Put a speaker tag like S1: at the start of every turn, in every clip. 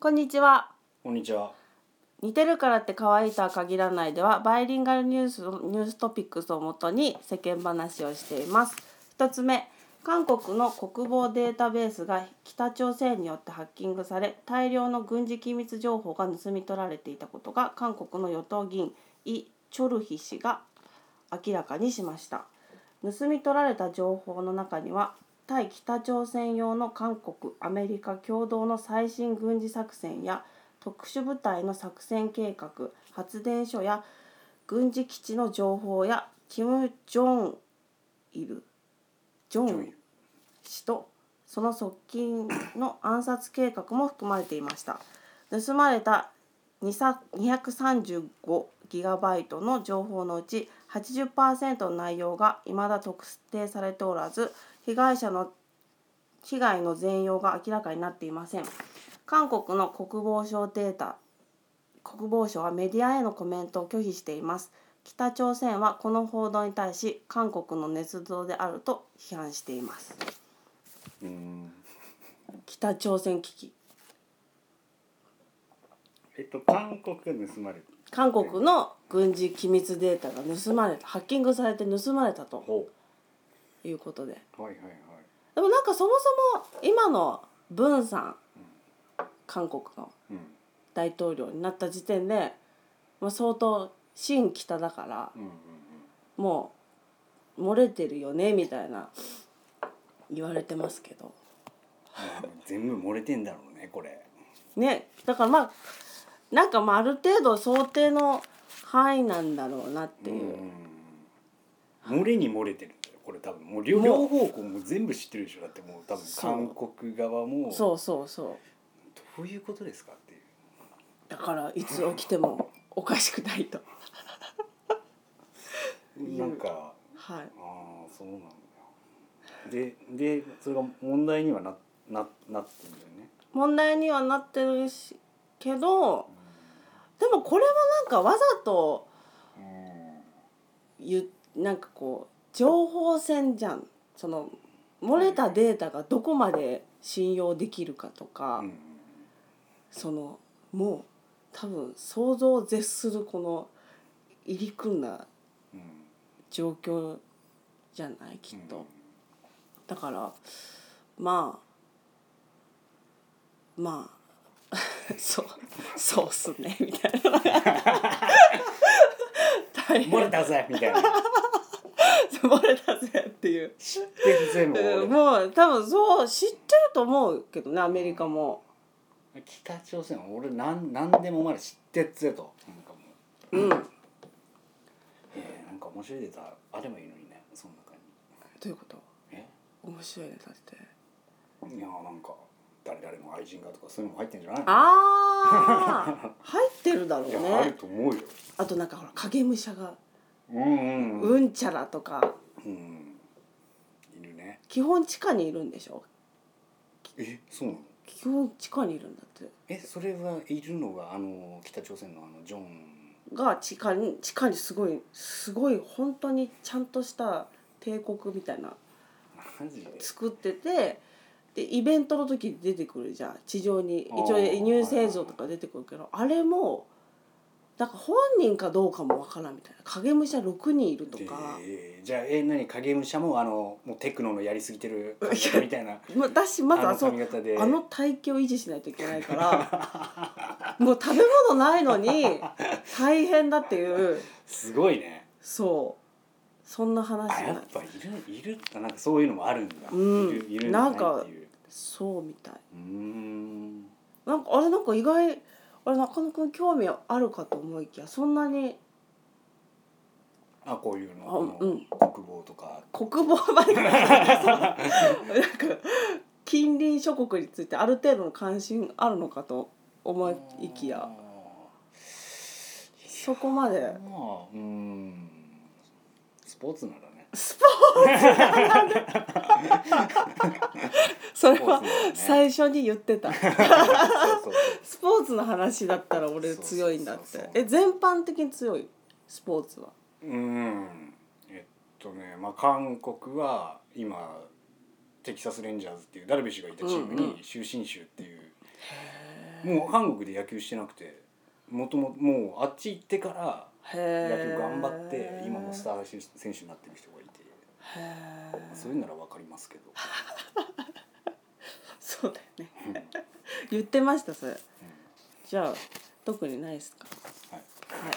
S1: こんにちは
S2: こんにちは。
S1: 似てるからって可愛いとは限らないではバイリンガルニュースニューストピックスをもとに世間話をしています2つ目韓国の国防データベースが北朝鮮によってハッキングされ大量の軍事機密情報が盗み取られていたことが韓国の与党議員イ・チョルヒ氏が明らかにしました盗み取られた情報の中には対北朝鮮用の韓国アメリカ共同の最新軍事作戦や特殊部隊の作戦計画発電所や軍事基地の情報やキム・ジョンイルジョンイル氏とその側近の暗殺計画も含まれていました盗まれた235ギガバイトの情報のうち80%の内容が未だ特定されておらず被害者の被害の全容が明らかになっていません韓国の国防省データ国防省はメディアへのコメントを拒否しています北朝鮮はこの報道に対し韓国の捏造であると批判しています
S2: うーん。
S1: 北朝鮮危機
S2: えっと韓国が盗まれた。
S1: 韓国の軍事機密データが盗まれたハッキングされて盗まれたと
S2: ほ
S1: いうことで
S2: う。はいはいはい。
S1: でもなんかそもそも今の文さん韓国の
S2: うん
S1: 大統領になった時点で、まあ、相当新北だから
S2: うんうん
S1: もう漏れてるよねみたいな言われてますけど
S2: うん。全部漏れてんだろうねこれ。
S1: ねだからまあなんかまあある程度想定の範囲なんだろうなっていう、
S2: うん。漏れに漏れてるんだよこれ多分もう両両方向も全部知ってるでしょだってもう多分
S1: そう
S2: 韓国側も
S1: そうそうそう
S2: どういうことですかっていう。
S1: だからいつ起きてもおかしくないとん
S2: なんか
S1: はい
S2: ああそうなんだよ。ででそれが問題にはなななってるんだよね。
S1: 問題にはなってるしけどでもこれはなんかわざと
S2: うん
S1: ゆなんかこう情報戦じゃんその漏れたデータがどこまで信用できるかとか、
S2: うん
S1: そのもう多分想像を絶するこの入り組んだ
S2: うん。
S1: 状況じゃないきっと、
S2: うん
S1: だからまあまあ そうそうっすねみたい な大
S2: 漏
S1: 変
S2: れたぜみたいな。
S1: 漏れたぜっていう
S2: 知ってるぜも
S1: うん
S2: う
S1: もう多分そう知ってると思うけどねアメリカも
S2: 俺。北朝鮮は俺なんなんでもお前ら知ってっぜと。なんかもう
S1: うんど
S2: えー、なんか面白いデータあればいいのにねその中に。
S1: ういうこと
S2: え
S1: 面白いねだって
S2: いやーなんか誰々の愛人がとかそういうのも入ってんじゃないの？
S1: あ あ入ってるだろう
S2: いやある
S1: ね
S2: と思うよ。
S1: あとなんかほら影武者が
S2: うんうんうん。
S1: うんちゃらとか
S2: うん。いるね。
S1: 基本地下にいるんでしょ
S2: えそうなの？
S1: 基本地下にいるんだって
S2: えそれはいるのがあの北朝鮮のあのジョン
S1: が地下に地下にすごいすごい本当にちゃんとした帝国みたいな
S2: マジで
S1: 作っててでイベントの時に出てくるじゃん地上に一
S2: あー
S1: 応ニュース映像とか出てくるけどあれもなんか本人かどうかもわからんみたいな影武者6人いるとか、
S2: えーじゃあえ何影武者もあのもうテクノのやりすぎてる感じみたいな
S1: まあだしまず
S2: あ
S1: あ
S2: の
S1: そ
S2: 髪
S1: う
S2: 型で
S1: あの体型を維持しないといけないからもう食べ物ないのに大変だっていう
S2: すごいね
S1: そうそんな話
S2: あ
S1: じゃ
S2: や
S1: な
S2: っ
S1: い
S2: ぱいるいるってなんかそういうのもあるんだ、
S1: うん
S2: いるいる
S1: な
S2: だ
S1: ん
S2: ね
S1: か
S2: っていう
S1: そうみたいう
S2: ーん
S1: なんかあれなんか意外あれ中野くん興味あるかと思いきやそんなに
S2: あこういうの
S1: あうん
S2: この国防とか
S1: 国防までなんか近隣諸国についてある程度の関心あるのかと思いきやそこま
S2: ま
S1: で
S2: あうーんスポーツなら ね
S1: スポーツそれは
S2: スポーツならね
S1: 最初に言って た
S2: そうそうそう
S1: スポーツの話だったら俺強いんだっ
S2: そうそう
S1: て
S2: そうそう
S1: え全般的に強いスポーツは
S2: うーんえっとね、まあ、韓国は今テキサス・レンジャーズっていうダルビッシュがいたチーム
S1: うんうん
S2: に終身州っていうもう韓国で野球してなくてもともともうあっち行ってから野
S1: へ
S2: 球
S1: え
S2: 頑張って今もスター選手になってる人がいて
S1: へえ
S2: そういうならわかりますけど、
S1: そうだよね
S2: うんは
S1: 言ってましたそれじゃあ特にないですか
S2: い、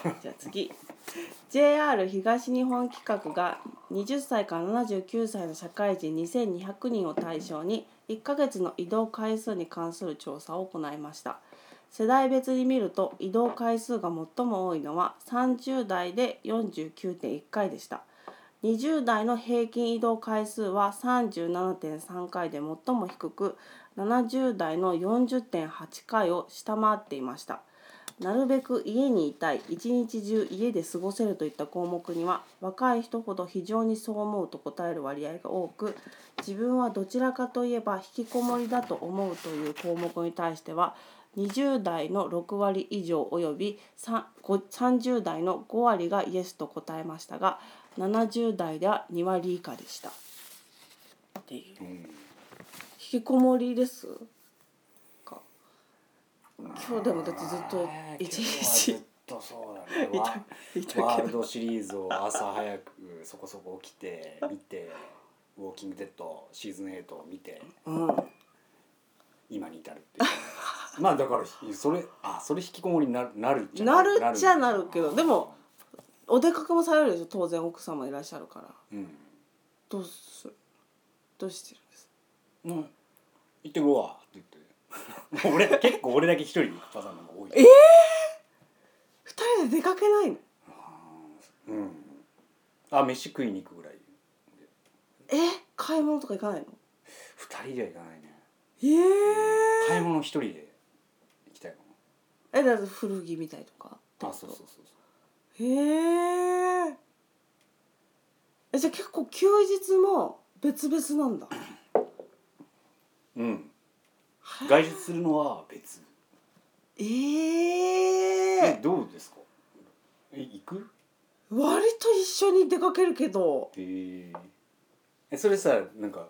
S1: はい、じゃあ次 JR 東日本企画が20歳から79歳の社会人2200人を対象に1ヶ月の移動回数に関する調査を行いました世代別に見ると移動回数が最も多いのは30代で49.1回でした20代の平均移動回数は37.3回で最も低く70代の40.8回を下回っていましたなるべく家にいたい一日中家で過ごせるといった項目には若い人ほど非常にそう思うと答える割合が多く自分はどちらかといえば引きこもりだと思うという項目に対しては20代の6割以上およびさご30代の5割がイエスと答えましたが70代では2割以下でした。っていう
S2: うん
S1: 引きこもりですか今日でもだってずっと
S2: ね
S1: 一
S2: 今日
S1: 日
S2: はずっとそうだね
S1: い
S2: わ
S1: たいたけど
S2: ワールドシリーズを朝早くそこそこ起きて見て「ウォーキング・デッド」シーズン8を見て
S1: うん、
S2: 今に至るっていうまあだからそれあそれ引きこもりになるなる
S1: なるっちゃなるけどでも、お出かけもされるでしょ当然奥様いらっしゃるから
S2: うん、
S1: どうするどうしてるんです
S2: うん行ってくるわって言って 俺結構俺だけ一人で行くパターンの方が多い
S1: か二人で出かけないの
S2: うんあ飯食いに行くぐらい
S1: え買い物とか行かないの
S2: 二人では行かないね
S1: ええ
S2: 買い物一人で行きたいか
S1: えだって古着みたいとか
S2: なあそうそうそうそう
S1: へええじゃあ結構休日も別々なんだ
S2: うん外出するのは別
S1: ええ
S2: えどうですかえ行く
S1: 割と一緒に出かけるけど
S2: へーえそれさなんか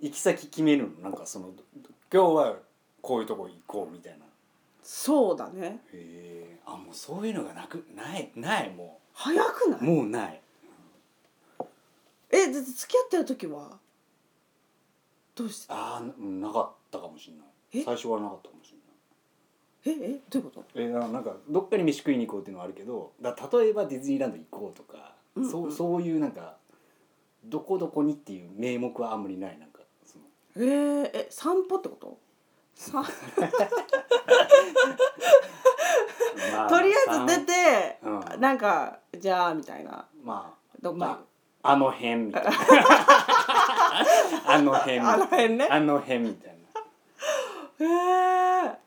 S2: 行き先決めるのなんかその今日はこういうとこ行こうみたいな
S1: そうだね
S2: へえあもうそういうのがなくないないも
S1: 早くな
S2: う
S1: い
S2: もうない
S1: えだって付き合ってる時はどうして
S2: ああなかったかもしれな
S1: え
S2: い最初はなかったかもしれない
S1: ええどういうこと
S2: えななんかどっかに飯食いに行こうっていうのはあるけどだ例えばディズニーランド行こうとか、
S1: うんうん
S2: そうそういうなんかどこどこにっていう名目はあんまりないなんかその
S1: えー、え散歩ってことさ
S2: ま
S1: とりあえず出て、
S2: うん
S1: なんかじゃあみたいな
S2: まあ
S1: どっか、
S2: まああの辺みた いなあの辺みた
S1: あ
S2: い
S1: の
S2: な
S1: 辺ね
S2: あの辺みたい
S1: へ
S2: な
S1: え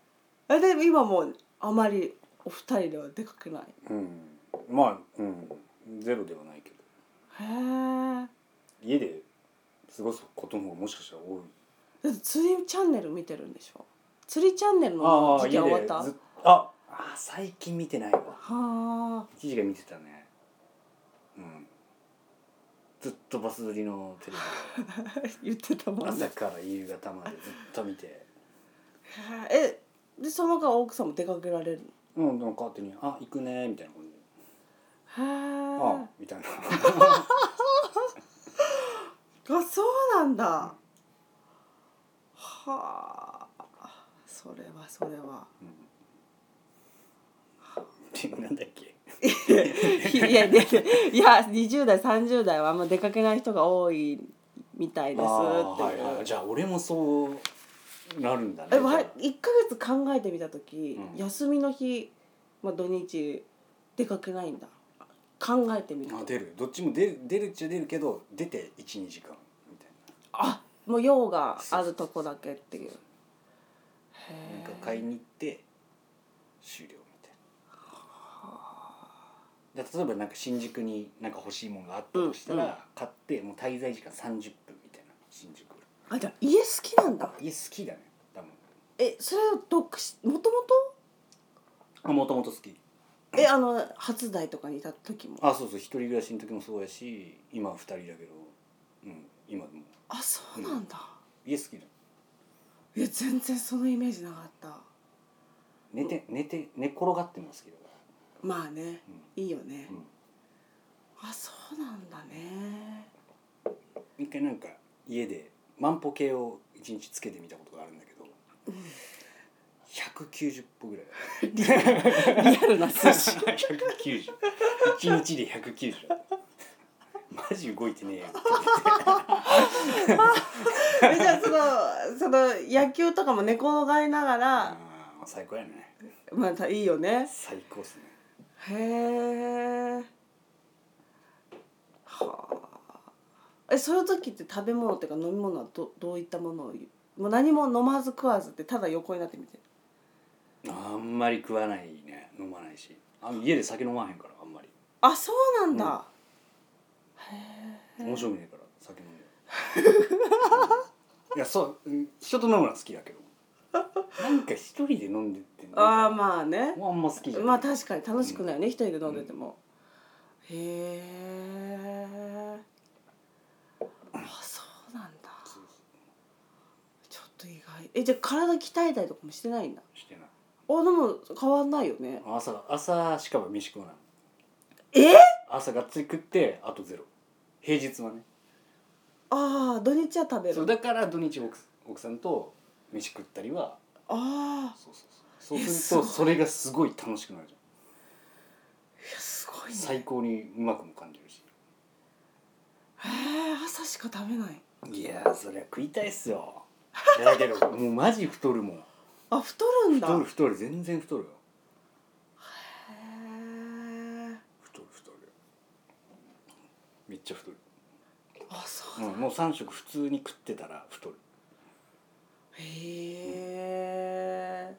S1: えで今もうあまりお二人では出かけない
S2: うんまあうんゼロではないけど
S1: へえ
S2: 家で過ごすことの方がもしかしたら多い
S1: だって釣りチャンネル見てるんでしょ釣りチャンネルの
S2: ああ
S1: 時期
S2: 家
S1: は終わっ
S2: で
S1: た
S2: ずっああ最近見てないわ
S1: はあ
S2: 一時が見てたねうんずっとバス釣りのテレビで
S1: 言ってた もん
S2: 朝
S1: ね
S2: から夕方までずっと見て
S1: えでその間奥さんも出かけられる
S2: うんなんか勝手に「あ行くね」みたいな感じで「
S1: のへ
S2: あみたいな
S1: えあそうなんだはあそれはそれは
S2: なん だっけ
S1: いやいやいやいや20代30代はあんま出かけない人が多いみたいですっていう、
S2: はいはいじゃあ俺もそうなるんだね
S1: えわ
S2: じゃあ
S1: 1ヶ月考えてみた時、
S2: うん
S1: 休みの日、まあ、土日出かけないんだ考えてみる
S2: あ
S1: と
S2: 出るどっちも出る出るっちゃ出るけど出て12時間みたい
S1: あもう用があるとこだけっていうへ
S2: ななんか
S1: え
S2: 買いに行って終了みたいなだ例えばなんか新宿になんか欲しいものがあったとしたら、
S1: うんうん
S2: 買ってもう滞在時間30分みたいな新宿
S1: あじゃあ家好きなんだ
S2: 家好きだね多分
S1: えそれは独身もとも
S2: あもともと好き
S1: とえあの初台とかにいた時もあ
S2: あそうそう一人暮らしの時もそうやし今は二人だけどうん今でも
S1: そうなんだ
S2: 家好きだ
S1: いや全然そのイメージなかった
S2: 寝て寝て寝転がってるの好きだか
S1: まあね
S2: ら、
S1: いいよね
S2: うんうん
S1: あそうなんだね
S2: 一回なんか家で万歩計を一日つけてみたことがあるんだけど、190歩ぐらい
S1: リアルな数字
S2: 190一日で190マジ動いてねえよ
S1: えじゃあそのその野球とかも寝転がりながら、
S2: あー最高やね
S1: またいいよね
S2: 最高っすね
S1: へえはあえそういう時って食べ物っていうか飲み物はどどういったものをもう何も飲まず食わずってただ横になってみて
S2: あんまり食わないね飲まないしあ家で酒飲まへんからあんまり
S1: あそうなんだ、へえ
S2: 面白くねえから酒飲んで うんいやそううん人と飲むのは好きだけどなんか一人で飲んでって
S1: ああ
S2: なんか
S1: まあね
S2: もうあんま好きじゃない
S1: まあ確かに楽しくないよね、一人で飲んでても、へえあそうなんだ
S2: そう
S1: ちょっと意外えじゃあ体鍛えたりとかもしてないんだ
S2: そうしてない
S1: あでも変わんないよね
S2: 朝朝しかも飯食わない
S1: え
S2: 朝がっつり食ってあとゼロ平日はね
S1: ああ土日は食べ
S2: そう
S1: る
S2: だから土日奥奥さんと飯食ったりは
S1: ああ
S2: そうそうそう
S1: え
S2: そうすると
S1: す
S2: それがすごい楽しくなるじ
S1: いやすご
S2: ゃ
S1: い
S2: ん
S1: ね
S2: 最高にうまくも感じるし
S1: へえ朝しか食べない
S2: いやーそりゃ食いたいっすよいやだけどもうマジ太るもん
S1: あ太るんだ
S2: 太る太る全然太るよ
S1: へえ
S2: 太る太るめっちゃ太る、
S1: あそう
S2: う
S1: なん
S2: ん、もう3食普通に食ってたら太る
S1: へえ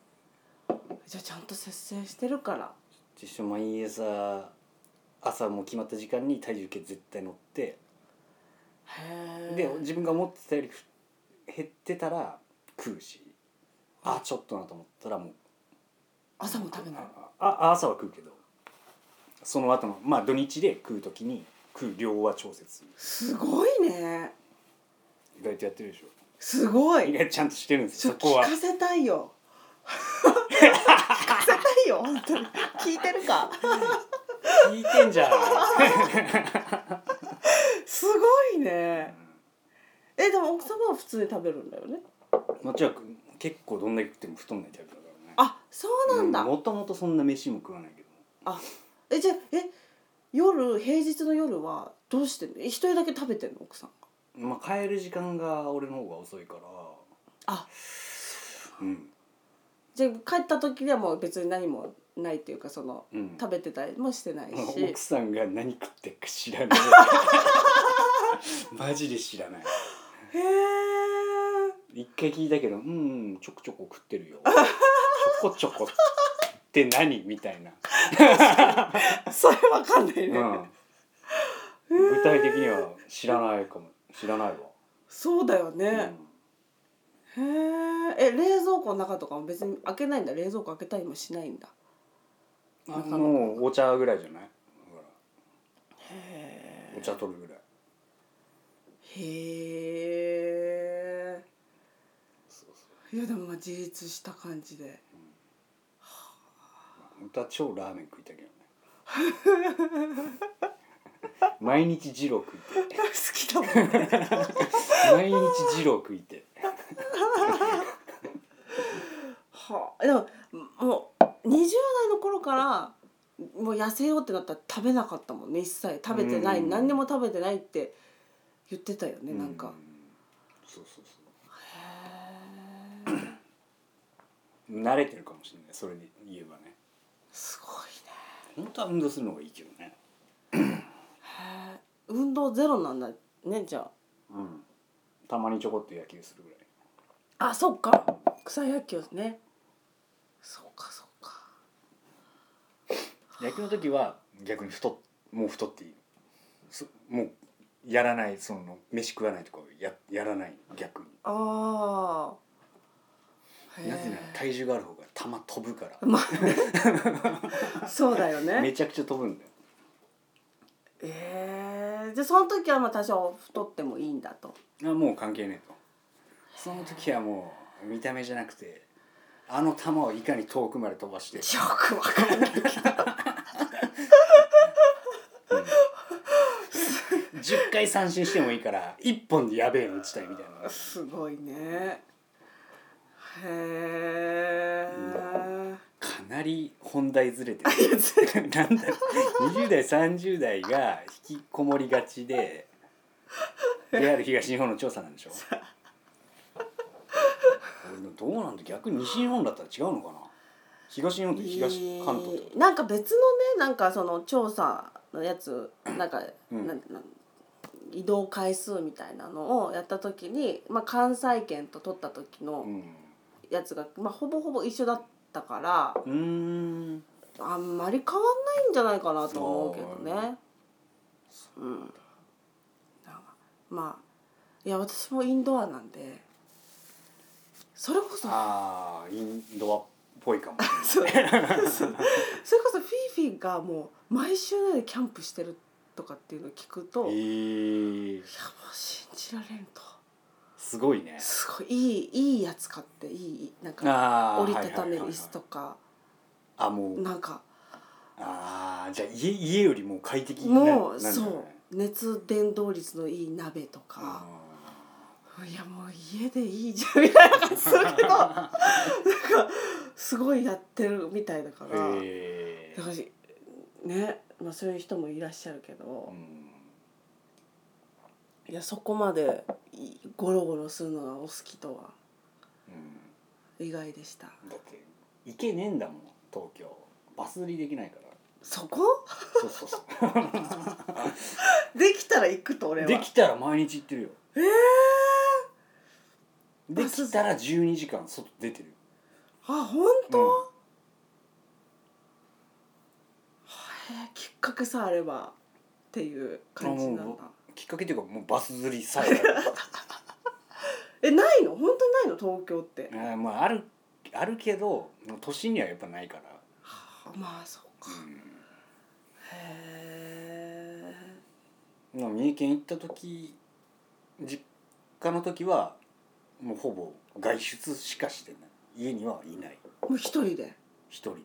S1: じゃあちゃんと節制してるから
S2: 実際毎朝朝もう決まった時間に体重計絶対乗って
S1: へえ
S2: で自分が思ってたよりふ減ってたら食うしあちょっとなと思ったらもう
S1: 朝も食べない
S2: ああ朝は食うけどその後のまあ土日で食う時に食う量は調節
S1: す
S2: する
S1: ごいね
S2: 意外とやってるでしょ
S1: すご
S2: 意
S1: い
S2: 外とちゃんとしてるんです
S1: ちょ
S2: よ
S1: っ
S2: そ
S1: と聞
S2: こは
S1: かせたいよ聞かせたいよ本当に聞いてるか
S2: 聞いてんじゃん
S1: すごいねえでも奥様は普通に食べるんだよね
S2: もちろん結構どんだけ食っても太んないタイプだからね
S1: あそうなんだ、
S2: もともとそんな飯も食わないけど
S1: あえじゃあえ夜平日の夜はどうしてんのえ一人だけ食べてんの奥さんが
S2: まあ帰る時間が俺の方が遅いから
S1: あ
S2: うん
S1: じゃあ帰った時にはもう別に何もないっていうかその
S2: うん
S1: 食べてたりもしてない
S2: も
S1: し、
S2: う奥さんが何食ってっか知らないマジで知らない
S1: へえ
S2: 一回聞いたけど「うんうんちょこちょこ食ってるよ」「ちょこちょこって何?」みたいな、
S1: それわかんないうね、
S2: ん、具体的には知らないかも知らないわ、
S1: そうだよ
S2: う
S1: ね、
S2: ん
S1: へええ冷蔵庫の中とかも別に開けないんだ冷蔵庫開けたりもしないんだ
S2: あもうお茶ぐらいじゃないほら
S1: へ
S2: お茶取るぐらい
S1: えへえいやでもまあ自立した感じ で
S2: 本当は超ラーメン食いたいけどね 毎日二郎食いて
S1: 好きだもんね
S2: 毎日二郎食いて
S1: はあでももう20代の頃からもう痩せようってなったら食べなかったもんね一切食べてない
S2: うん
S1: 何にも食べてないって言ってたよねなん
S2: う
S1: か
S2: そうそうそ
S1: へえ
S2: う慣れてるかもしれないそれで言えばね
S1: すごいね
S2: 本当は運動するのがいいけどね
S1: へえ運動ゼロなんだねじゃ
S2: うんたまにちょこっと野球するぐらい
S1: ああそっか草野球ねそうかそうか
S2: 野球の時は逆に太っもう太っていいそもうやらないその飯食わないとかをややらない逆に
S1: ああ
S2: なぜなら
S1: へ
S2: 体重がある方が球飛ぶから
S1: えまあねそうだよ ね
S2: めちゃくちゃ飛ぶんだよ
S1: ええじゃあその時はまあ多少太ってもいいん だと
S2: あもう関係ねえとその時はもう見た目じゃなくてあの球をいかに遠くまで飛ばして、
S1: よくわかんないけど
S2: うん、10回三振してもいいから1本でやべえの打ちたいみたいな
S1: すごいねへえ
S2: かなり本題ずれて る
S1: ず
S2: なんだ20代30代が引きこもりがちで JR 東日本の調査なんでしょ俺のどうなんだ逆に西日本だったら違うのかな東日本と東関東ってこ
S1: なんか別のねなんかその調査のやつなんか、
S2: うん
S1: なんなん移動回数みたいなのをやった時に、まあ、関西圏と取った時
S2: と
S1: の
S2: うん
S1: やつが、まあ、ほぼほぼ一緒だったから
S2: うーん
S1: あんまり変わんないんじゃないかなと思うけどね。うん、なんかまあいや私もインドアなんでそれこそ
S2: ああインドアっぽいかも
S1: そう そうそれこそフィーフィーがもう毎週のようにキャンプしてるとかっていうのを聞くと、
S2: え
S1: いやも
S2: ー、
S1: う信じられんと
S2: すごいね
S1: すごいいいいいやつ買っていいなんか
S2: あー
S1: 折りたためる椅子と
S2: はい
S1: か
S2: はいはいはいあもう
S1: なんか
S2: ああじゃあ家家よりも快適にな
S1: もう
S2: なるんだね
S1: そう熱伝導率のいい鍋とか。いやもう家でいいじゃんみたいな感じするけどなんかすごいやってるみたいだか
S2: うん
S1: ら、
S2: へ
S1: だ
S2: ー
S1: からしね、まあ、そういう人もいらっしゃるけど
S2: う、ん
S1: いやそこまでいゴロゴロするのがお好きとは
S2: うん
S1: 意外でした
S2: だって行けねえんだもん東京バス釣りできないから
S1: そこ
S2: そうそう そ
S1: できたら行くと俺
S2: う
S1: は
S2: できたら毎日行ってるよ
S1: え
S2: できたら12時間外出てる
S1: ー、あ本当、
S2: うん
S1: へえきっかけさえあればっていう感じな
S2: あ
S1: んだ
S2: もきっかけっていうかもうバス釣りさえある
S1: えないの本当にないの東京って、
S2: あーまああるあるけどもう都心にはやっぱないから、
S1: はあまあそうか、へ
S2: うん、まあ三重県行った時実家の時はもうほぼ外出しかしてない家にはいない
S1: えもう一人で
S2: 一人で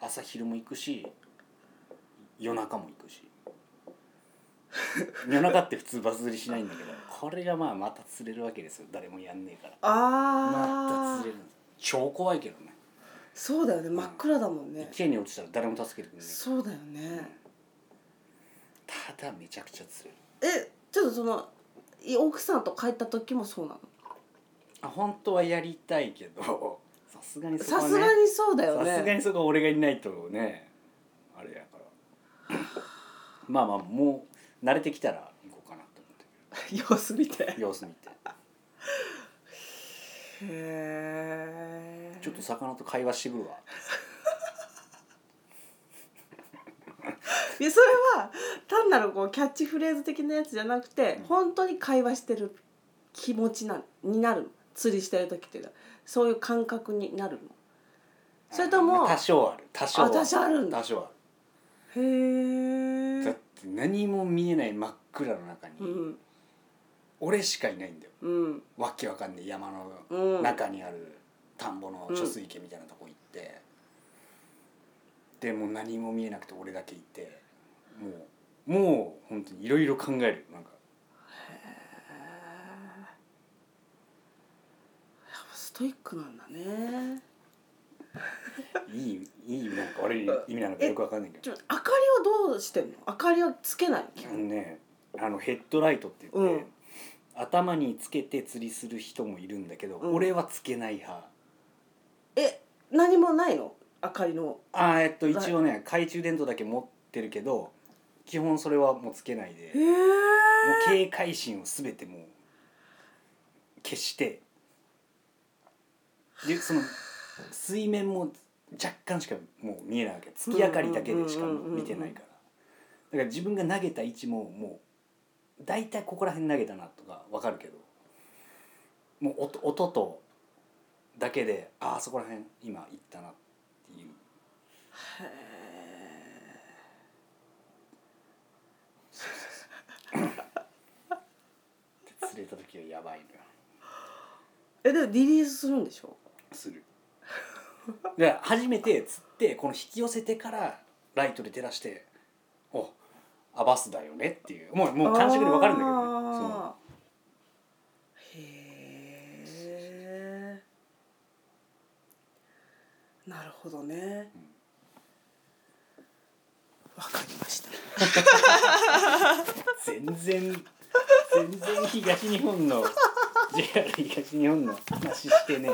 S2: 朝昼も行くし夜中も行くし 夜中って普通バス釣りしないんだけどこれがまあまた釣れるわけですよ誰もやんねえからま
S1: ああ、
S2: た釣れる超怖いけどね
S1: そうだよね真っ暗だもんね、
S2: 池に落ちたら誰も助けてくれない
S1: そうだよね
S2: ただめちゃくちゃ釣れる
S1: えちょっとそのい奥さんと帰った時もそうなの
S2: あ本当はやりたいけどさすがにそこ
S1: さ
S2: はね
S1: すがにそうだよ
S2: さすが
S1: ね
S2: にそこは俺がいないとねあれやから まあまあもう慣れてきたら行こうかなと思って
S1: 様子見てへ
S2: 様子見て
S1: え
S2: ちょっと魚と会話してくるわ
S1: いやそれは単なるこうキャッチフレーズ的なやつじゃなくて、
S2: うん
S1: 本当に会話してる気持ちなになるの釣りしてる時っていうのはそういう感覚になるのそれとも
S2: あ多少ある多少
S1: あ多少あるんだ
S2: 多少あ
S1: へ
S2: るだ
S1: え
S2: って何も見えない真っ暗の中に、
S1: うん
S2: 俺しかいないんだよ
S1: うん
S2: わけわかんない山
S1: う
S2: の
S1: ん
S2: 中にある田んぼの貯水池みたいなとこ行って、でもう何も見えなくて俺だけいてもうもう本当にいろいろ考えるよなんか
S1: ストイックなんだね
S2: いいいい意味なのか悪い意味なのかよくわかんないけ
S1: ち
S2: ど
S1: ょ明かりはどうしてんの明かりはつけない
S2: あのねあのヘッドライトって言って、
S1: うん
S2: 頭につけて釣りする人もいるんだけど、
S1: うん
S2: 俺はつけない派
S1: え何もないの明かりの
S2: あーえっと一応ね懐中電灯だけ持ってるけど基本それはもうつけないで
S1: え
S2: もう警戒心を全てもう消してでその水面も若干しかもう見えないわけ月明かりだけでしか見てないからだから自分が投げた位置ももう大体ここら辺投げたなとか分かるけどもう音音とだけでああそこら辺今行ったなっていう釣れた時はやばいのよ
S1: えでもリリースするんでしょ
S2: するで初めて釣ってこの引き寄せてからライトで照らして「おアバスだよね」っていうもうもう感触でわかるんだけどね
S1: あーへえなるほどねわ、かりました
S2: そう全然全然東日本の JR 東日本の話してね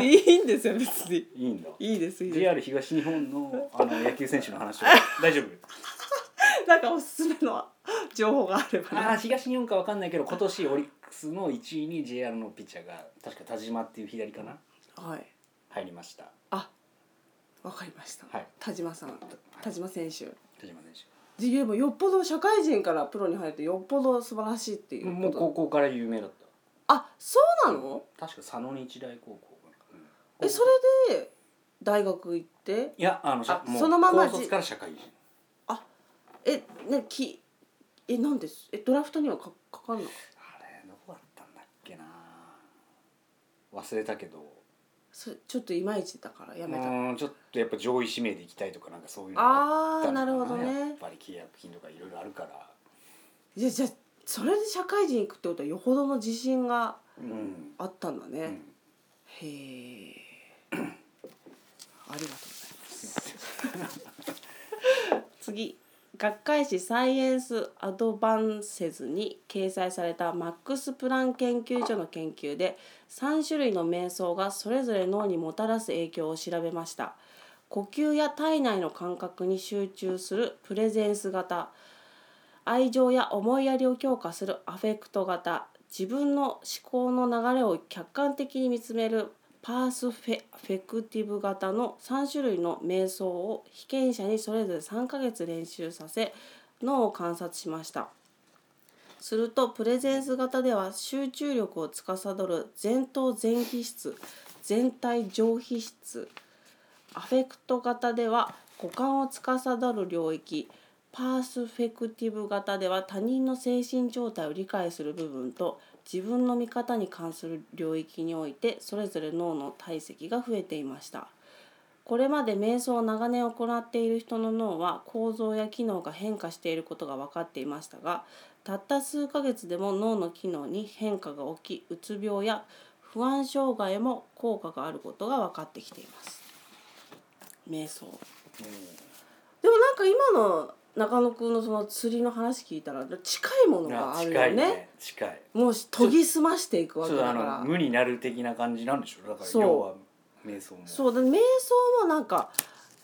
S1: いいんですよ別に
S2: いいんだ
S1: いいですいいで
S2: JR 東日本のあの野球選手の話を大丈夫
S1: すなんかおすすめの情報があればね
S2: あー東日本かわかんないけど今年オリックスの1位に JR のピッチャーが確か田島っていう左かな
S1: はい
S2: 入りました
S1: あわかりました、
S2: はい
S1: 田島さん田島選手
S2: 田島選手
S1: 次元もよっぽど社会人からプロに入るとよっぽど素晴らしいっていう
S2: もう
S1: こと
S2: 高校から有名だっ
S1: あそう
S2: た
S1: なの
S2: 確か佐野日大高校かなうん
S1: えそれで大学行って
S2: いやあの
S1: あそのままじ
S2: 高卒から社会人
S1: えねきえなんですえドラフトにはかかかんの
S2: あれどこだったんだっけな忘れたけど
S1: それちょっといまいちだからや
S2: う
S1: めた、
S2: ーんちょっとやっぱ上位指名で行きたいとかなんかそういうのが
S1: あ
S2: った
S1: あ
S2: の
S1: な
S2: か
S1: るほど
S2: や
S1: ね
S2: っぱり契約金とかいろいろあるから
S1: いやじゃあそれで社会人行くってことはよほどの自信が
S2: うん、
S1: あったんだね、
S2: うん
S1: へえありがとうございます 次学会誌「サイエンス・アドバンセズ」に掲載されたマックス・プラン研究所の研究で3種類の瞑想がそれぞれ脳にもたらす影響を調べました呼吸や体内の感覚に集中するプレゼンス型愛情や思いやりを強化するアフェクト型自分の思考の流れを客観的に見つめるパースフェフェクティブ型の3種類の瞑想を被験者にそれぞれ3ヶ月練習させ脳を観察しましたするとプレゼンス型では集中力を司る前頭前皮質全体上皮質アフェクト型では五感を司る領域パースフェクティブ型では他人の精神状態を理解する部分と自分の見方に関する領域においてそれぞれ脳の体積が増えていましたこれまで瞑想を長年行っている人の脳は構造や機能が変化していることが分かっていましたがたった数ヶ月でも脳の機能に変化が起きうつ病や不安障害も効果があることが分かってきています瞑想でもなんか今の中野くんのその釣りの話聞いたら近いもの
S2: うん、
S1: が
S2: あ
S1: ある
S2: 近
S1: よ
S2: い
S1: ね
S2: ね近い
S1: もう研ぎ澄ましていくわ
S2: ち
S1: け
S2: ょっ
S1: だ
S2: と
S1: か
S2: あの
S1: ら
S2: 無になる的な感じなんでしょだから
S1: そう
S2: 要は瞑想も
S1: そうで瞑想もなんか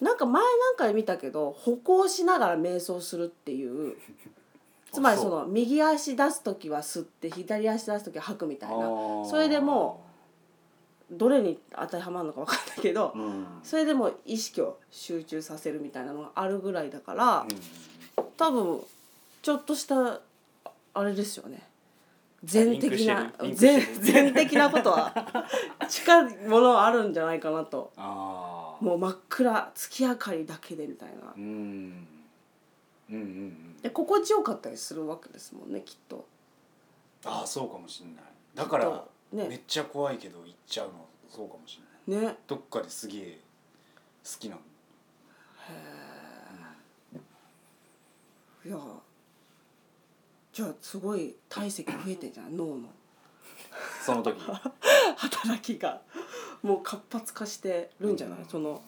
S1: なんか前なんかで見たけど歩行しながら瞑想するって いうつまりその右足出す時は吸って左足出す時は吐くみたいなそれでもどれに当てはまるのか分かんないけど、
S2: う、うん、
S1: それでも意識を集中させるみたいなのがあるぐらいだから、多分ちょっとしたあれですよね全的な
S2: リンクしてるリ
S1: 全
S2: ンクしてる
S1: 全的なことは 近いものはあるんじゃないかなと
S2: ああ
S1: もう真っ暗月明かりだけでみたいな
S2: うんうんうんうん
S1: で心地よかったりするわけですもんねきっと
S2: ああそうかもしれないだから
S1: きっとね
S2: めっちゃ怖いけど行っちゃうのそうかもしれない
S1: ね
S2: どっかですげえ好きなの
S1: いやじゃあすごい体積増えてんじゃない脳の
S2: その 時
S1: 働きがもう活発化してるんじゃない、
S2: うん
S1: その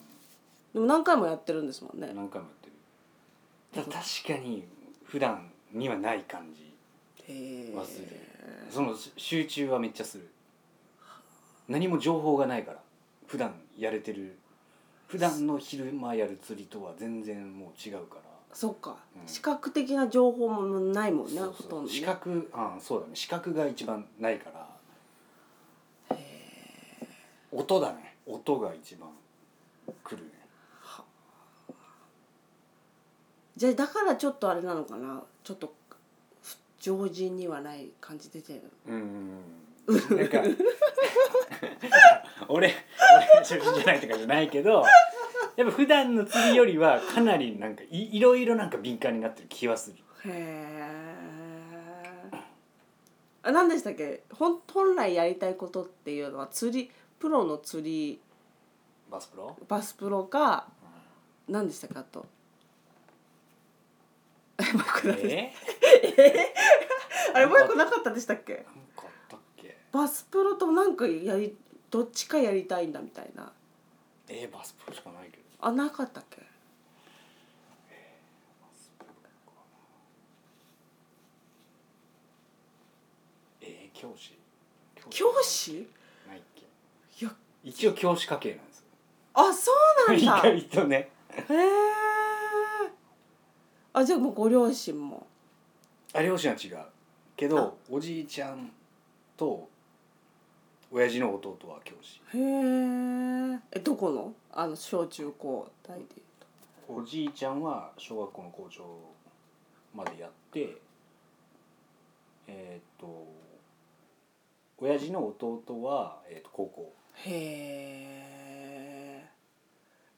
S1: でも何回もやってるんですもんね
S2: 何回もやってるた確かに普段にはない感じ
S1: へえ
S2: 忘れるそのし集中はめっちゃする何も情報がないから普段やれてる普段の昼間やる釣りとは全然もう違うから
S1: そっか、
S2: うん
S1: 視覚的な情報もないもんね
S2: そう
S1: ほ
S2: そう
S1: とんど、ね、
S2: 視覚あそうだね視覚が一番ないから音だね音が一番くるね
S1: じゃあだからちょっとあれなのかなちょっとふ常人にはない感じ出てる
S2: うんなんか俺俺主人じゃないとかじゃないけどやっぱ普段の釣りよりはかなりなんかいいろいろなんか敏感になってる気はする
S1: へえ何でしたっけ本本来やりたいことっていうのは釣りプロの釣り
S2: バスプロ、
S1: バスプロか何でしたかあとえ もう一個
S2: え
S1: 何でし
S2: え
S1: たあれもう一個なかったでしたっけ
S2: ー、なんかあったっけ
S1: バスプロとなんかやりどっちかやりたいんだみたいな
S2: えー、バスプロしかないけど
S1: あなかったっけ
S2: えー、教師
S1: 教師
S2: ないっけ
S1: いや
S2: 一応教師家系なんですよ
S1: あそうなん
S2: 意
S1: だへ
S2: 外とね
S1: えあじゃあもうご両親も
S2: あ両親は違うけ
S1: あ
S2: どおじいちゃんと親父の弟は教師
S1: へーえどこのあの小中高大でいうと
S2: おじいちゃんは小学校の校長までやってえーっと親父の弟は、えーっと高校
S1: へ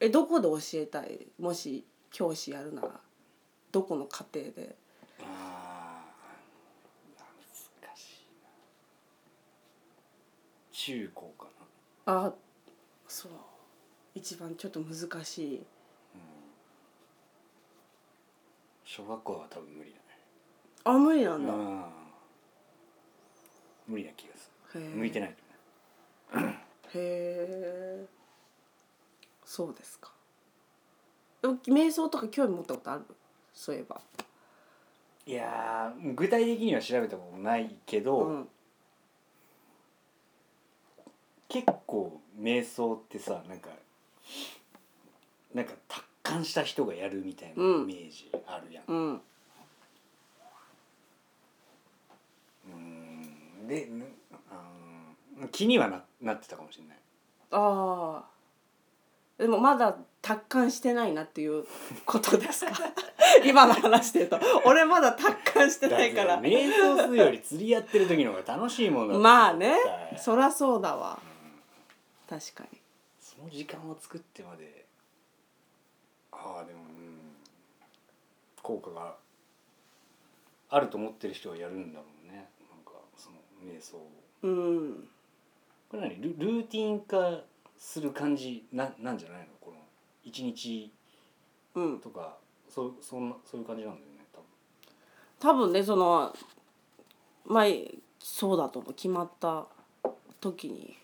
S1: ーえどこで教えたいもし教師やるならどこの家庭で
S2: ああ難しいな中高かな
S1: あそう一番ちょっと難しい
S2: 小学校は多分無理だね
S1: あ無理なんだ、
S2: うん無理な気がす
S1: へ
S2: る
S1: ー
S2: 向いてないと
S1: へえそうですかでも瞑想とか興味持ったことあるそういえば
S2: いやー具体的には調べたことないけど、
S1: うん
S2: 結構瞑想ってさなんかなんか達観した人がやるみたいなイ
S1: うん
S2: メージあるやん、
S1: うん
S2: うん、でぬあー気にはななってたかもしれない
S1: ああでもまだ達観してないなっていうことです か今の話で言うと俺まだ達観して ないか
S2: だ
S1: ら
S2: って瞑想するより釣りやってる時の方が楽しいもんだって
S1: まあね
S2: 絶対
S1: そりゃそうだわ確かに
S2: その時間を作ってまでああでもうん効果があると思ってる人はやるんだろうねなんかその瞑想を
S1: うん
S2: これ何ルルーティン化する感じななんじゃないのこの一日
S1: うん
S2: とかそうそんなそういう感じなんだよね多分
S1: 多分ねそのまあそうだと思う決まった時に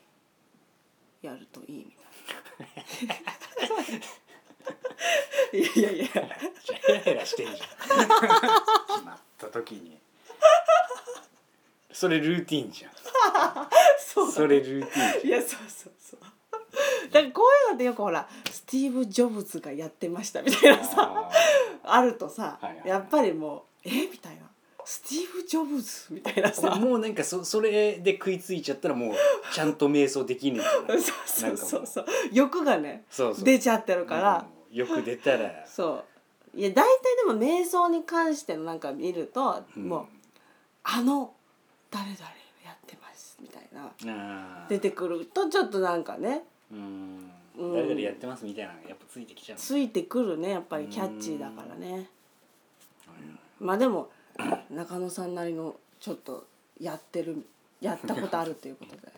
S1: やるといいみたいないやいやいや
S2: ヘラヘラしてんじゃん決まった時にそれルーティンじゃん
S1: そう
S2: それルーティンじゃん
S1: いやそうそうそうだからこういうのってよくほらスティーブ・ジョブズがやってましたみたいなさ
S2: あ
S1: あるとさ、
S2: はいはいはい
S1: やっぱりもうえみたいなスティーブ・ジョブズみたいな
S2: ー
S1: さ
S2: もうなんかそそれで食いついちゃったらもうちゃんと瞑想できねえじゃ
S1: そ
S2: な
S1: う
S2: い
S1: そうそうそう欲がね
S2: そうそう
S1: 出ちゃってるか
S2: なん
S1: ら
S2: かもうよく出たら
S1: そういや大体でも瞑想に関してのなんか見ると、
S2: う ん
S1: もうあの誰々やってますみたいな
S2: あー
S1: 出てくるとちょっとなんかね
S2: うん
S1: うん
S2: 誰々やってますみたいなのがやっぱついてきちゃう
S1: ついてくるねやっぱりキャッチーだからねまあでも中野さんなりのちょっとやってるやったことあるということで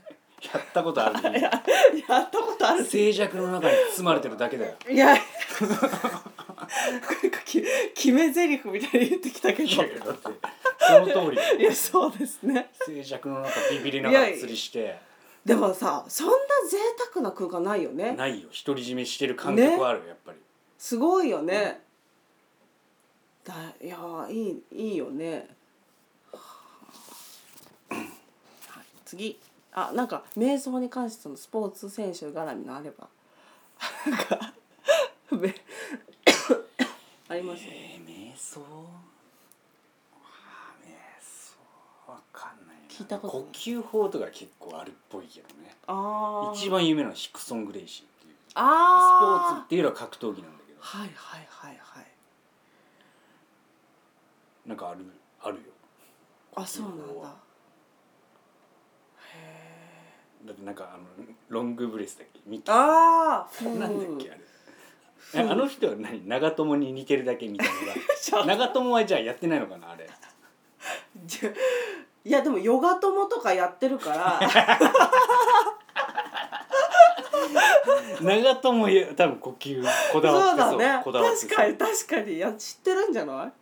S2: やったことある ね
S1: やったことある
S2: 静寂の中に包まれてるだけだよ
S1: いやなんかき決め台詞みた いに言ってきたけど
S2: いやいやだってその通
S1: い
S2: り
S1: やそうですね
S2: 静寂の中ビビりながら釣りして
S1: でもさそんな贅沢な空間ないよね
S2: ないよ独り占めしてる感覚はあるよやっぱり
S1: すごいよね、だいやーいいいいよね、はい、次あなんか瞑想に関してそのスポーツ選手絡みのあればなんかめありますね
S2: えー瞑想あー瞑想わかんないな
S1: 聞いたことない
S2: 呼吸法とか結構あるっぽいけどね
S1: あー
S2: 一番有名なのはヒクソン・グレイシーっていうスポーツ
S1: あ
S2: っていうよりは格闘技なんだけど
S1: ーはいはいはいはい
S2: なんかあるあるよ
S1: あそうなん
S2: 呼吸法
S1: だ
S2: はだってなんかあのロングブレスだっけミッキー
S1: ああ
S2: なんだっけあれえあの人は何長友に似てるだけみたい
S1: ちょっ
S2: なのが長友はじゃあやってないのかなあれ
S1: じゃ いやでもヨガ友とかやってるから
S2: 長友よ多分呼吸こだわ
S1: そ
S2: っ
S1: う
S2: て
S1: だね
S2: こだわって
S1: 確かに確かにいや知ってるんじゃない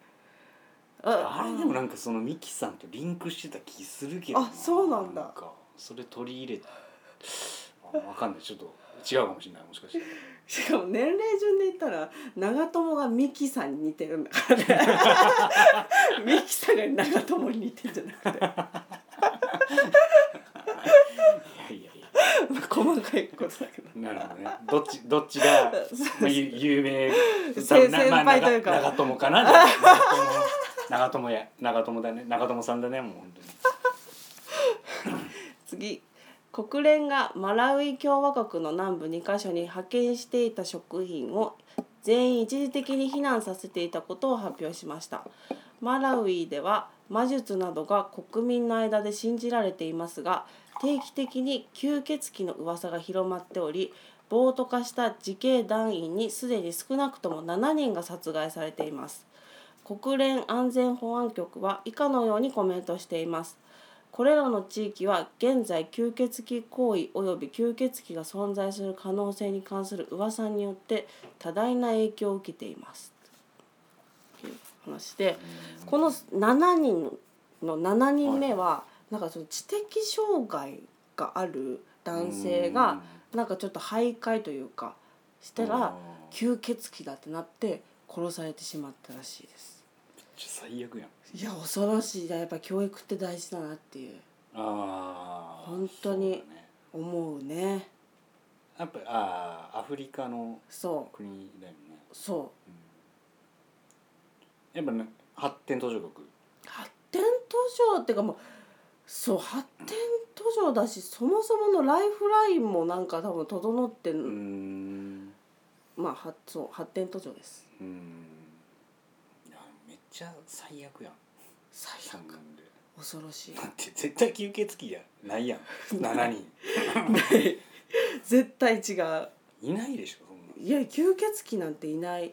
S2: あれでもなんかそのミキさんとリンクしてた気するけど
S1: あそうなんだ
S2: かそれ取り入れあわかんないちょっと違うかもしれないもしかして
S1: しかも年齢順で言ったら長友がミキさんに似てるんだから ねミキさんが長友に似てるんじゃな くて
S2: いやいやいや
S1: 細かいことだけど
S2: なるほどね。どっちどっちが、まあ、ゆ有名
S1: せ
S2: な
S1: 先輩というか
S2: 長長友かな。長友長友や長友だね。長友さんだねもう本当に。
S1: 次国連がマラウイ共和国の南部2カ所に派遣していた食品を全員一時的に避難させていたことを発表しましたマラウイでは魔術などが国民の間で信じられていますが定期的に吸血鬼の噂が広まっており暴徒化した自警団員にすでに少なくとも7人が殺害されています国連安全保安局は以下のようにコメントしていますこれらの地域は現在吸血鬼行為及び吸血鬼が存在する可能性に関する噂によって多大な影響を受けています。っていう話でこの7人の7人目はなんかその知的障害がある男性がなんかちょっと徘徊というかした
S2: うん
S1: ら吸血鬼だってなって殺されてしまったらしいです。
S2: ちょ最悪やん。
S1: いや恐ろしいなやっぱ教育って大事だなっていう。
S2: ああ。
S1: 本当に
S2: そうだね
S1: 思うね
S2: やっぱああアフリカの
S1: そ
S2: 国だよね。
S1: うそう
S2: やっぱね発展途上国。
S1: 発展途上っていうかもうそう発展途上だしそもそものライフラインもなんか多分整ってん、
S2: うーん。
S1: まあはそう発展途上です
S2: うーん。いやめっちゃ最悪やん。
S1: 最
S2: 三
S1: 悪
S2: 人で。
S1: 恐ろしい
S2: だって絶対吸血鬼じゃない やん。七人。
S1: 絶対違う
S2: いないでしょそんな。
S1: いや吸血鬼なんていない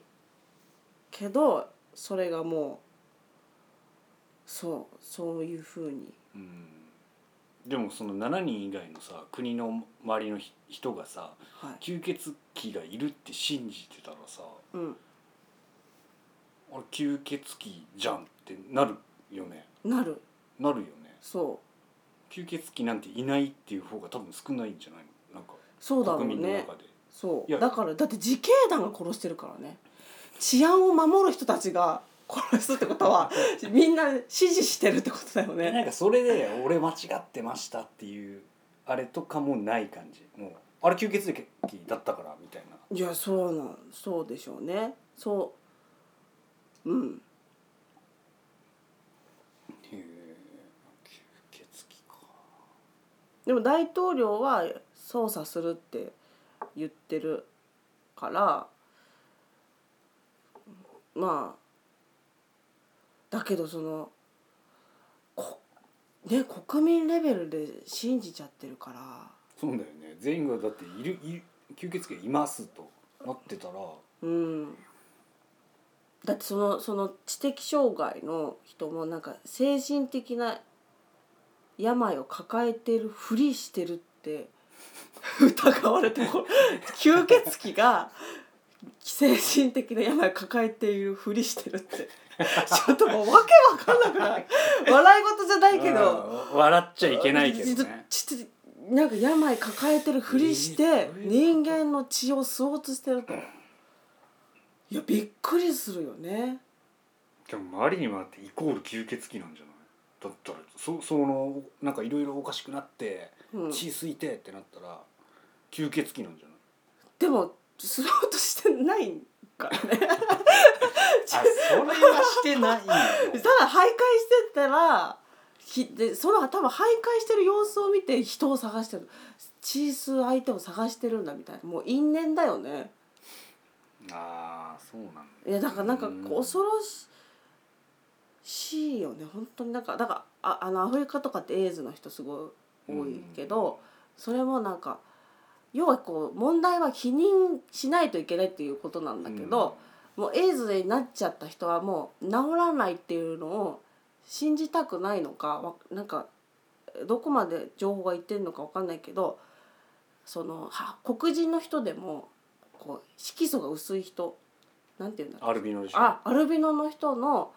S1: けどそれがもうそうそういうふうに
S2: うん、でもその7人以外のさ国の周りのひ人がさ
S1: はい
S2: 吸血鬼がいるって信じてたらさ
S1: うん
S2: あれ吸血鬼じゃんってなるよね
S1: なる
S2: なるよね
S1: そう
S2: 吸血鬼なんていないっていう方が多分少ないんじゃないのなんか
S1: そうだろう
S2: 国民の
S1: ね
S2: 中で
S1: そう
S2: いや
S1: だからだって自警団が殺してるからね治安を守る人たちが殺すってこと はみんな支持してるってことだよ
S2: えなん
S1: ね
S2: かそれで「俺間違ってました」っていうあれとかもない感じもうあれ吸血鬼だったからみたいない
S1: やそうなんそうでしょうねそううん
S2: へえ吸血鬼か
S1: でも大統領は捜査するって言ってるからまあだけどそのこね国民レベルで信じちゃってるから
S2: そうだよね全員がだっているいる吸血鬼いますとなってたら
S1: うん、だってそのその知的障害の人もなんか精神的な病を抱えてるふりしてるって 疑われても吸血鬼が精神的な病を抱えているふりしてるって ちょっともうわけわかんなくない笑い事じゃないけど
S2: うん笑っちゃいけないけどね
S1: ちょっとなんか病抱えてるふりして、
S2: えーどういう
S1: 人間の血を吸おうとしてるといやびっくりするよね
S2: でも周りにもだってイコール吸血鬼なんじゃないだったらそそのなんかいろいろおかしくなって
S1: うん
S2: 血吸いてってなったら吸血鬼なんじゃない
S1: でも吸おうとしてないからね
S2: あそれはしてない
S1: ただ徘徊して
S2: よ
S1: ったらひでその多分徘徊してる様子を見て人を探してる血吸う相手を探してるんだみたいなもう因縁だよね
S2: ああそうなんだ
S1: いやだからなんかこう恐
S2: う
S1: ろししいよね本当になんかだからああのアフリカとかってエイズの人すごい多いけど、それもなんか要はこう問題は否認しないといけないっていうことなんだけど、もうエイズになっちゃった人はもう治らないっていうのを信じたくないのかわなんかどこまで情報がいってるのかわかんないけどそのは黒人の人でもこう色素が薄い人なんていうんだろう
S2: アルビノでしょ
S1: あアルビノの人の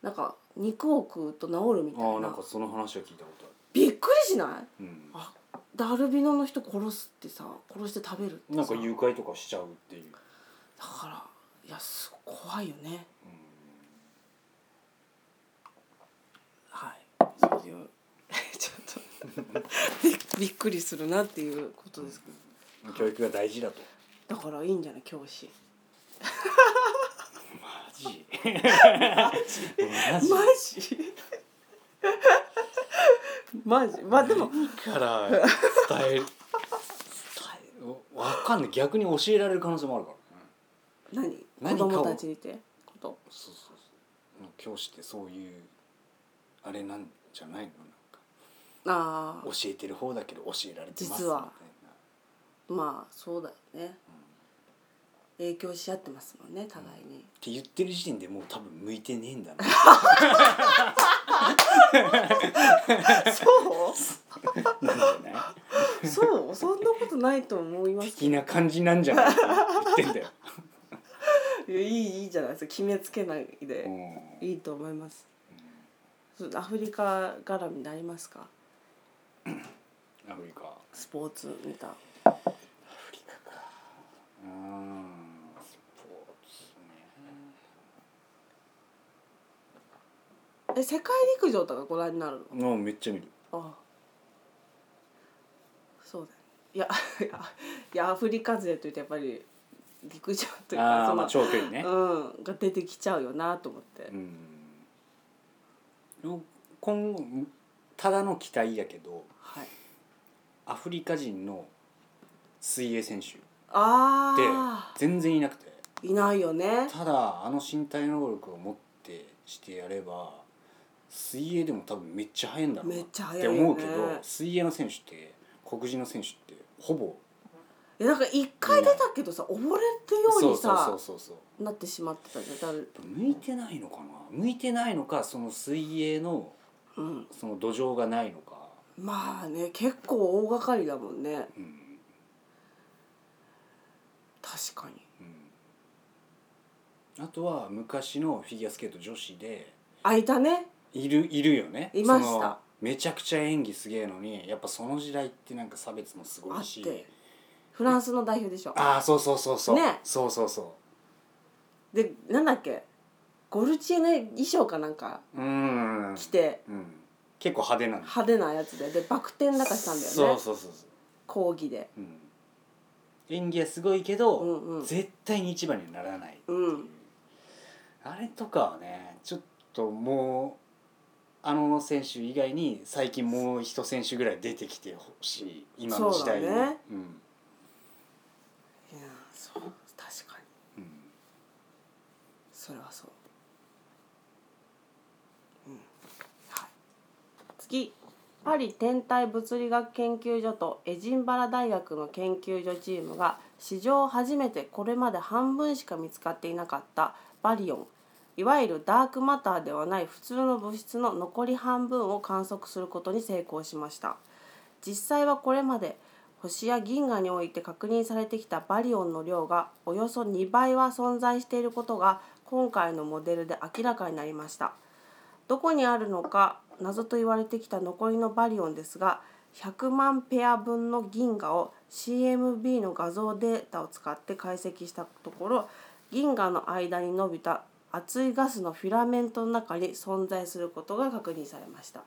S1: なんか肉を食うと治るみた
S2: あ
S1: い
S2: あ
S1: な
S2: なんかその話は聞いたことあ
S1: びっくりしない
S2: る、う
S1: あでアルビノの人殺すってさ殺して食べるって
S2: ん、
S1: さ
S2: なんか誘拐とかしちゃうっていう、
S1: だからいやす怖いよねはいそういう ちょっと びっびっくりするなっていうことですけ
S2: うん、教育が大事だと
S1: どだからいいんじゃない教師
S2: マジマジ
S1: マジマジまあでも
S2: 何から伝える伝えるわかんない逆に教えられる可能性もあるからね
S1: 何
S2: 何
S1: 子
S2: かを
S1: 供たちにってこと
S2: そうそうそうもう教師ってそういうあれなんじゃないのなん
S1: あ
S2: か教えてる方だけど教えられてます
S1: 実
S2: みたい
S1: はあまあそうだよね
S2: な、うん
S1: 影響し合ってますもんね互いに
S2: って言ってる時点でもう多分向いてねえん だな
S1: そう
S2: なんじゃない
S1: そうそんなことないと思います
S2: 的な感じなんじゃな いって言ってんだよ、
S1: いやいいいいじゃないですか決めつけないで
S2: うん
S1: いいと思いますそうアフリカ絡みになりますか
S2: アフリカア
S1: スポーツ見た
S2: フリカかうんスポー
S1: え世界陸上とかご覧になるの
S2: ツねもうめっちゃ見る
S1: ああそうだねいや いやアフリカ勢というとやっぱり陸上というか
S2: あ
S1: そ
S2: あま
S1: の、
S2: あ長距離ね
S1: うんが出てきちゃうよなと思って
S2: う、ん今後ただの期待やけど
S1: はい
S2: アフリカ人の水泳選手って
S1: あ
S2: 全然いなくて
S1: あいないよね
S2: ただあの身体能力を持ってしてやれば水泳でも多分めっちゃ速いんだろう
S1: め
S2: な
S1: っ
S2: っ
S1: ちゃ
S2: て
S1: 速い
S2: 思
S1: よ
S2: うけ
S1: ね
S2: ど、水泳の選手って黒人の選手ってほぼ
S1: えなんか一回出たけどさ溺れてよう
S2: そ
S1: に
S2: うそう
S1: さ
S2: そうそうそう
S1: なってしまってたじゃんだ
S2: 向いてないのかな向いてないのかその水泳の
S1: うん
S2: その土壌がないのか、
S1: まあね結構大掛かりだもんね
S2: うん
S1: 確かに
S2: うん、あとは昔のフィギュアスケート女子で
S1: あいたね
S2: いるいるよね
S1: いました
S2: そのめちゃくちゃ演技すげえのにやっぱその時代ってなんか差別もすご
S1: あ
S2: い
S1: っ
S2: して
S1: フランスの代表でしょ
S2: ああそうそうそうそう、
S1: ね
S2: そうそうそ
S1: でなんだっけゴルチエの衣装かなんか
S2: ううーん、
S1: 着て
S2: うん、結構派手なんだ
S1: 派手なやつででバク転なんかしたんだ
S2: そ
S1: よ
S2: う
S1: ね
S2: そうそうそ
S1: 講義で
S2: う、うん、演技はすごいけど、
S1: うんうん
S2: 絶対に一番にならないっていう、
S1: うん
S2: あれとかはねちょっともうあの選手以外に最近もう一選手ぐらい出てきてほしい今の時代に
S1: そうだね
S2: うん
S1: いやそう確かに
S2: うん、
S1: それはそううんはい次パリ天体物理学研究所とエジンバラ大学の研究所チームが史上初めてこれまで半分しか見つかっていなかったバリオンいわゆるダークマターではない普通の物質の残り半分を観測することに成功しました実際はこれまで星や銀河において確認されてきたバリオンの量がおよそ2倍は存在していることが今回のモデルで明らかになりましたどこにあるのか謎と言われてきた残りのバリオンですが100万ペア分の銀河を CMB の画像データを使って解析したところ銀河の間に伸びた熱いガスのフィラメントの中に存在することが確認されました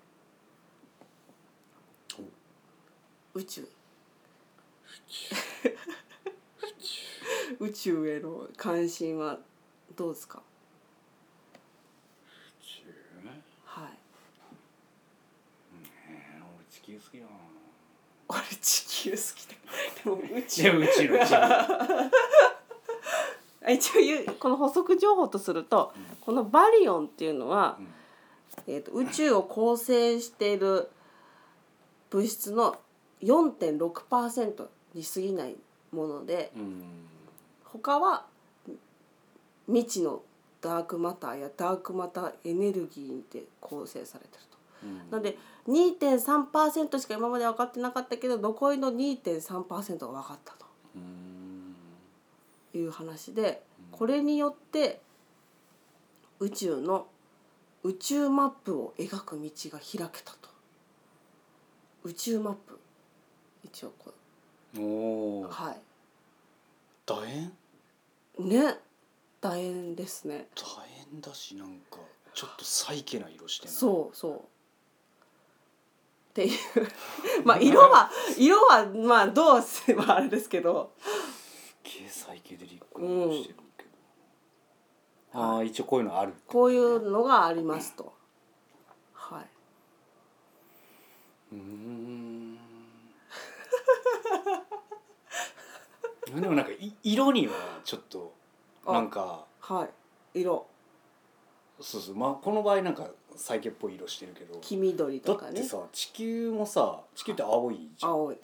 S1: 宇宙宇宙への関心はどうですかはい
S2: えー俺地球好きだな
S1: 俺地球好きだでも宇
S2: いや
S1: 宙
S2: 宇宙の地球
S1: あ一応言うこの補足情報とすると、このバリオンっていうのは、えー、と宇宙を構成している物質の4.6%に過ぎないもので
S2: うん
S1: 他は未知のダークマターやダークマターエネルギーで構成されてると
S2: うん
S1: なので2.3%しか今まで分かってなかったけど残りの2.3%が分かった
S2: うん
S1: という話でこれによって宇宙の宇宙マップを描く道が開けたと宇宙マップ一応こ
S2: お
S1: う
S2: お
S1: は
S2: 楕円
S1: いね楕円ですね
S2: 楕円だしなんかちょっとサイケな色してない
S1: そうそうっていう まあ色は色はまあどうすればあれですけど
S2: すっげえサイケデリックな色してるけど、ああ一応こういうのある
S1: こういうのがありますと。はい。
S2: うーん でもなんかい色にはちょっと
S1: あ
S2: なんか
S1: はい。色
S2: そうそうまあこの場合なんかサイケっぽい色してるけど
S1: 黄緑と
S2: だ
S1: か
S2: って
S1: ね。
S2: さ地球もさ地球って青いじゃん
S1: 青い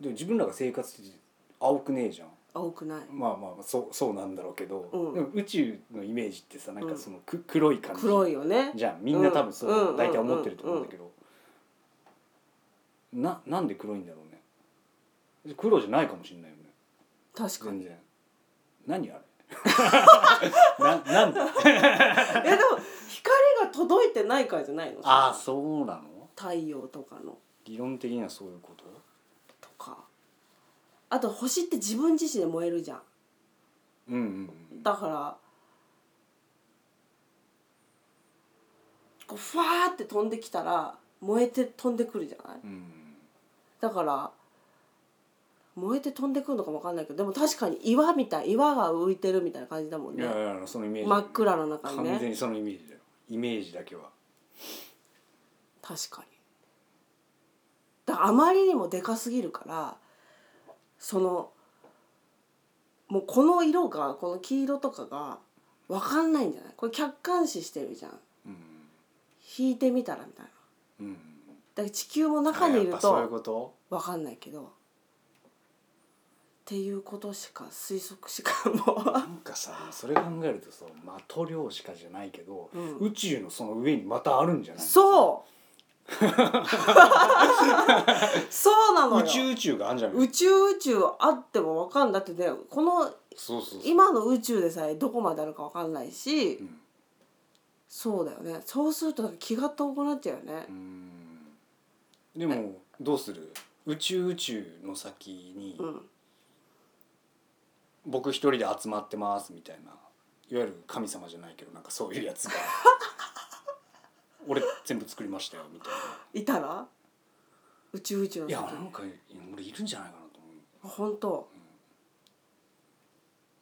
S2: でも自分らが生活してて青くねえじゃん
S1: 青くない。
S2: まあまあそうそうなんだろうけど、
S1: うん
S2: でも宇宙のイメージってさなんかそのく、黒い感じ
S1: 黒いよね。
S2: じゃんみんな多分そう、
S1: うん
S2: 大体思ってると思うんだけど、ななんで黒いんだろうね黒じゃないかもしれないよね
S1: 確か
S2: 全
S1: に。
S2: 然何あれ ななんで
S1: えでも光が届いてないからじゃないの。
S2: ああそうなの
S1: 太陽とかの
S2: 理論的にはそういうこと
S1: とか。あと星って自分自身で燃えるじゃん。
S2: うんうんうん
S1: だから。こうふわーって飛んできたら燃えて飛んでくるじゃない
S2: うん
S1: だから燃えて飛んでくるのかもわかんないけどでも確かに岩みたい岩が浮いてるみたいな感じだもん
S2: い
S1: ね
S2: やいやいやそのイメージ
S1: 真っ暗の中に
S2: 完全
S1: ね
S2: にそのイメージだよイメージだけは
S1: 確かにだからあまりにもでかすぎるからそのもうこの色がこの黄色とかが分かんないんじゃないこれ客観視してるじゃん
S2: うん
S1: 引いてみたらみたいな
S2: うん
S1: だから地球も中にい
S2: あやっ
S1: る
S2: ぱそういう
S1: と
S2: こと
S1: 分かんないけどっていうことしか推測しかもう
S2: なんかさそれ考えるとさマトリョーシカじゃないけど、
S1: うん
S2: 宇宙のその上にまたあるんじゃない
S1: そう そうなのよ
S2: 宇宙宇宙があるんじゃない
S1: 宇宙宇宙あってもわかんだってねこの
S2: そうそうそう
S1: 今の宇宙でさえどこまであるかわかんないし、
S2: ん
S1: そうだよねそうするとなんか気が遠くなっちゃうよね
S2: うー、んでもどうする宇宙宇宙の先に
S1: うん、
S2: 僕一人で集まってますみたいないわゆる神様じゃないけどなんかそういうや つが俺全部作りましたよみたい
S1: いたら宇宙宇宙の
S2: ないや
S1: 先
S2: なんか俺いるんじゃないかなと思
S1: 本当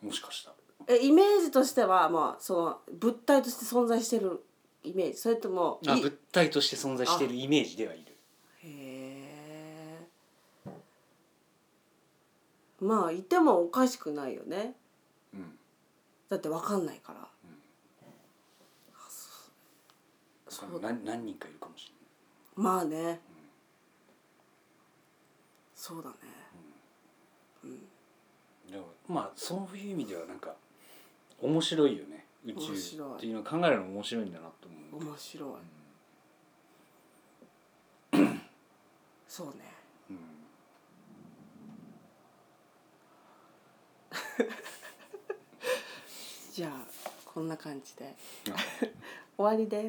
S2: うもしかしたら
S1: えイメージとしてはまあその物体として存在してるイメージそれとも
S2: あ
S1: い
S2: 物体として存在しているイメージではいる
S1: へえまあいてもおかしくないよね
S2: うん
S1: だってわかんないから、そう
S2: 何何人かいるかもし
S1: まあね、そうだね
S2: れないでもまあそういう意味ではなんか面白いよね宇宙
S1: 面白い
S2: っていうのを考えるの面白いんだなと思う
S1: 面白い、そうね じゃあこんな感じで
S2: あ
S1: 終わりです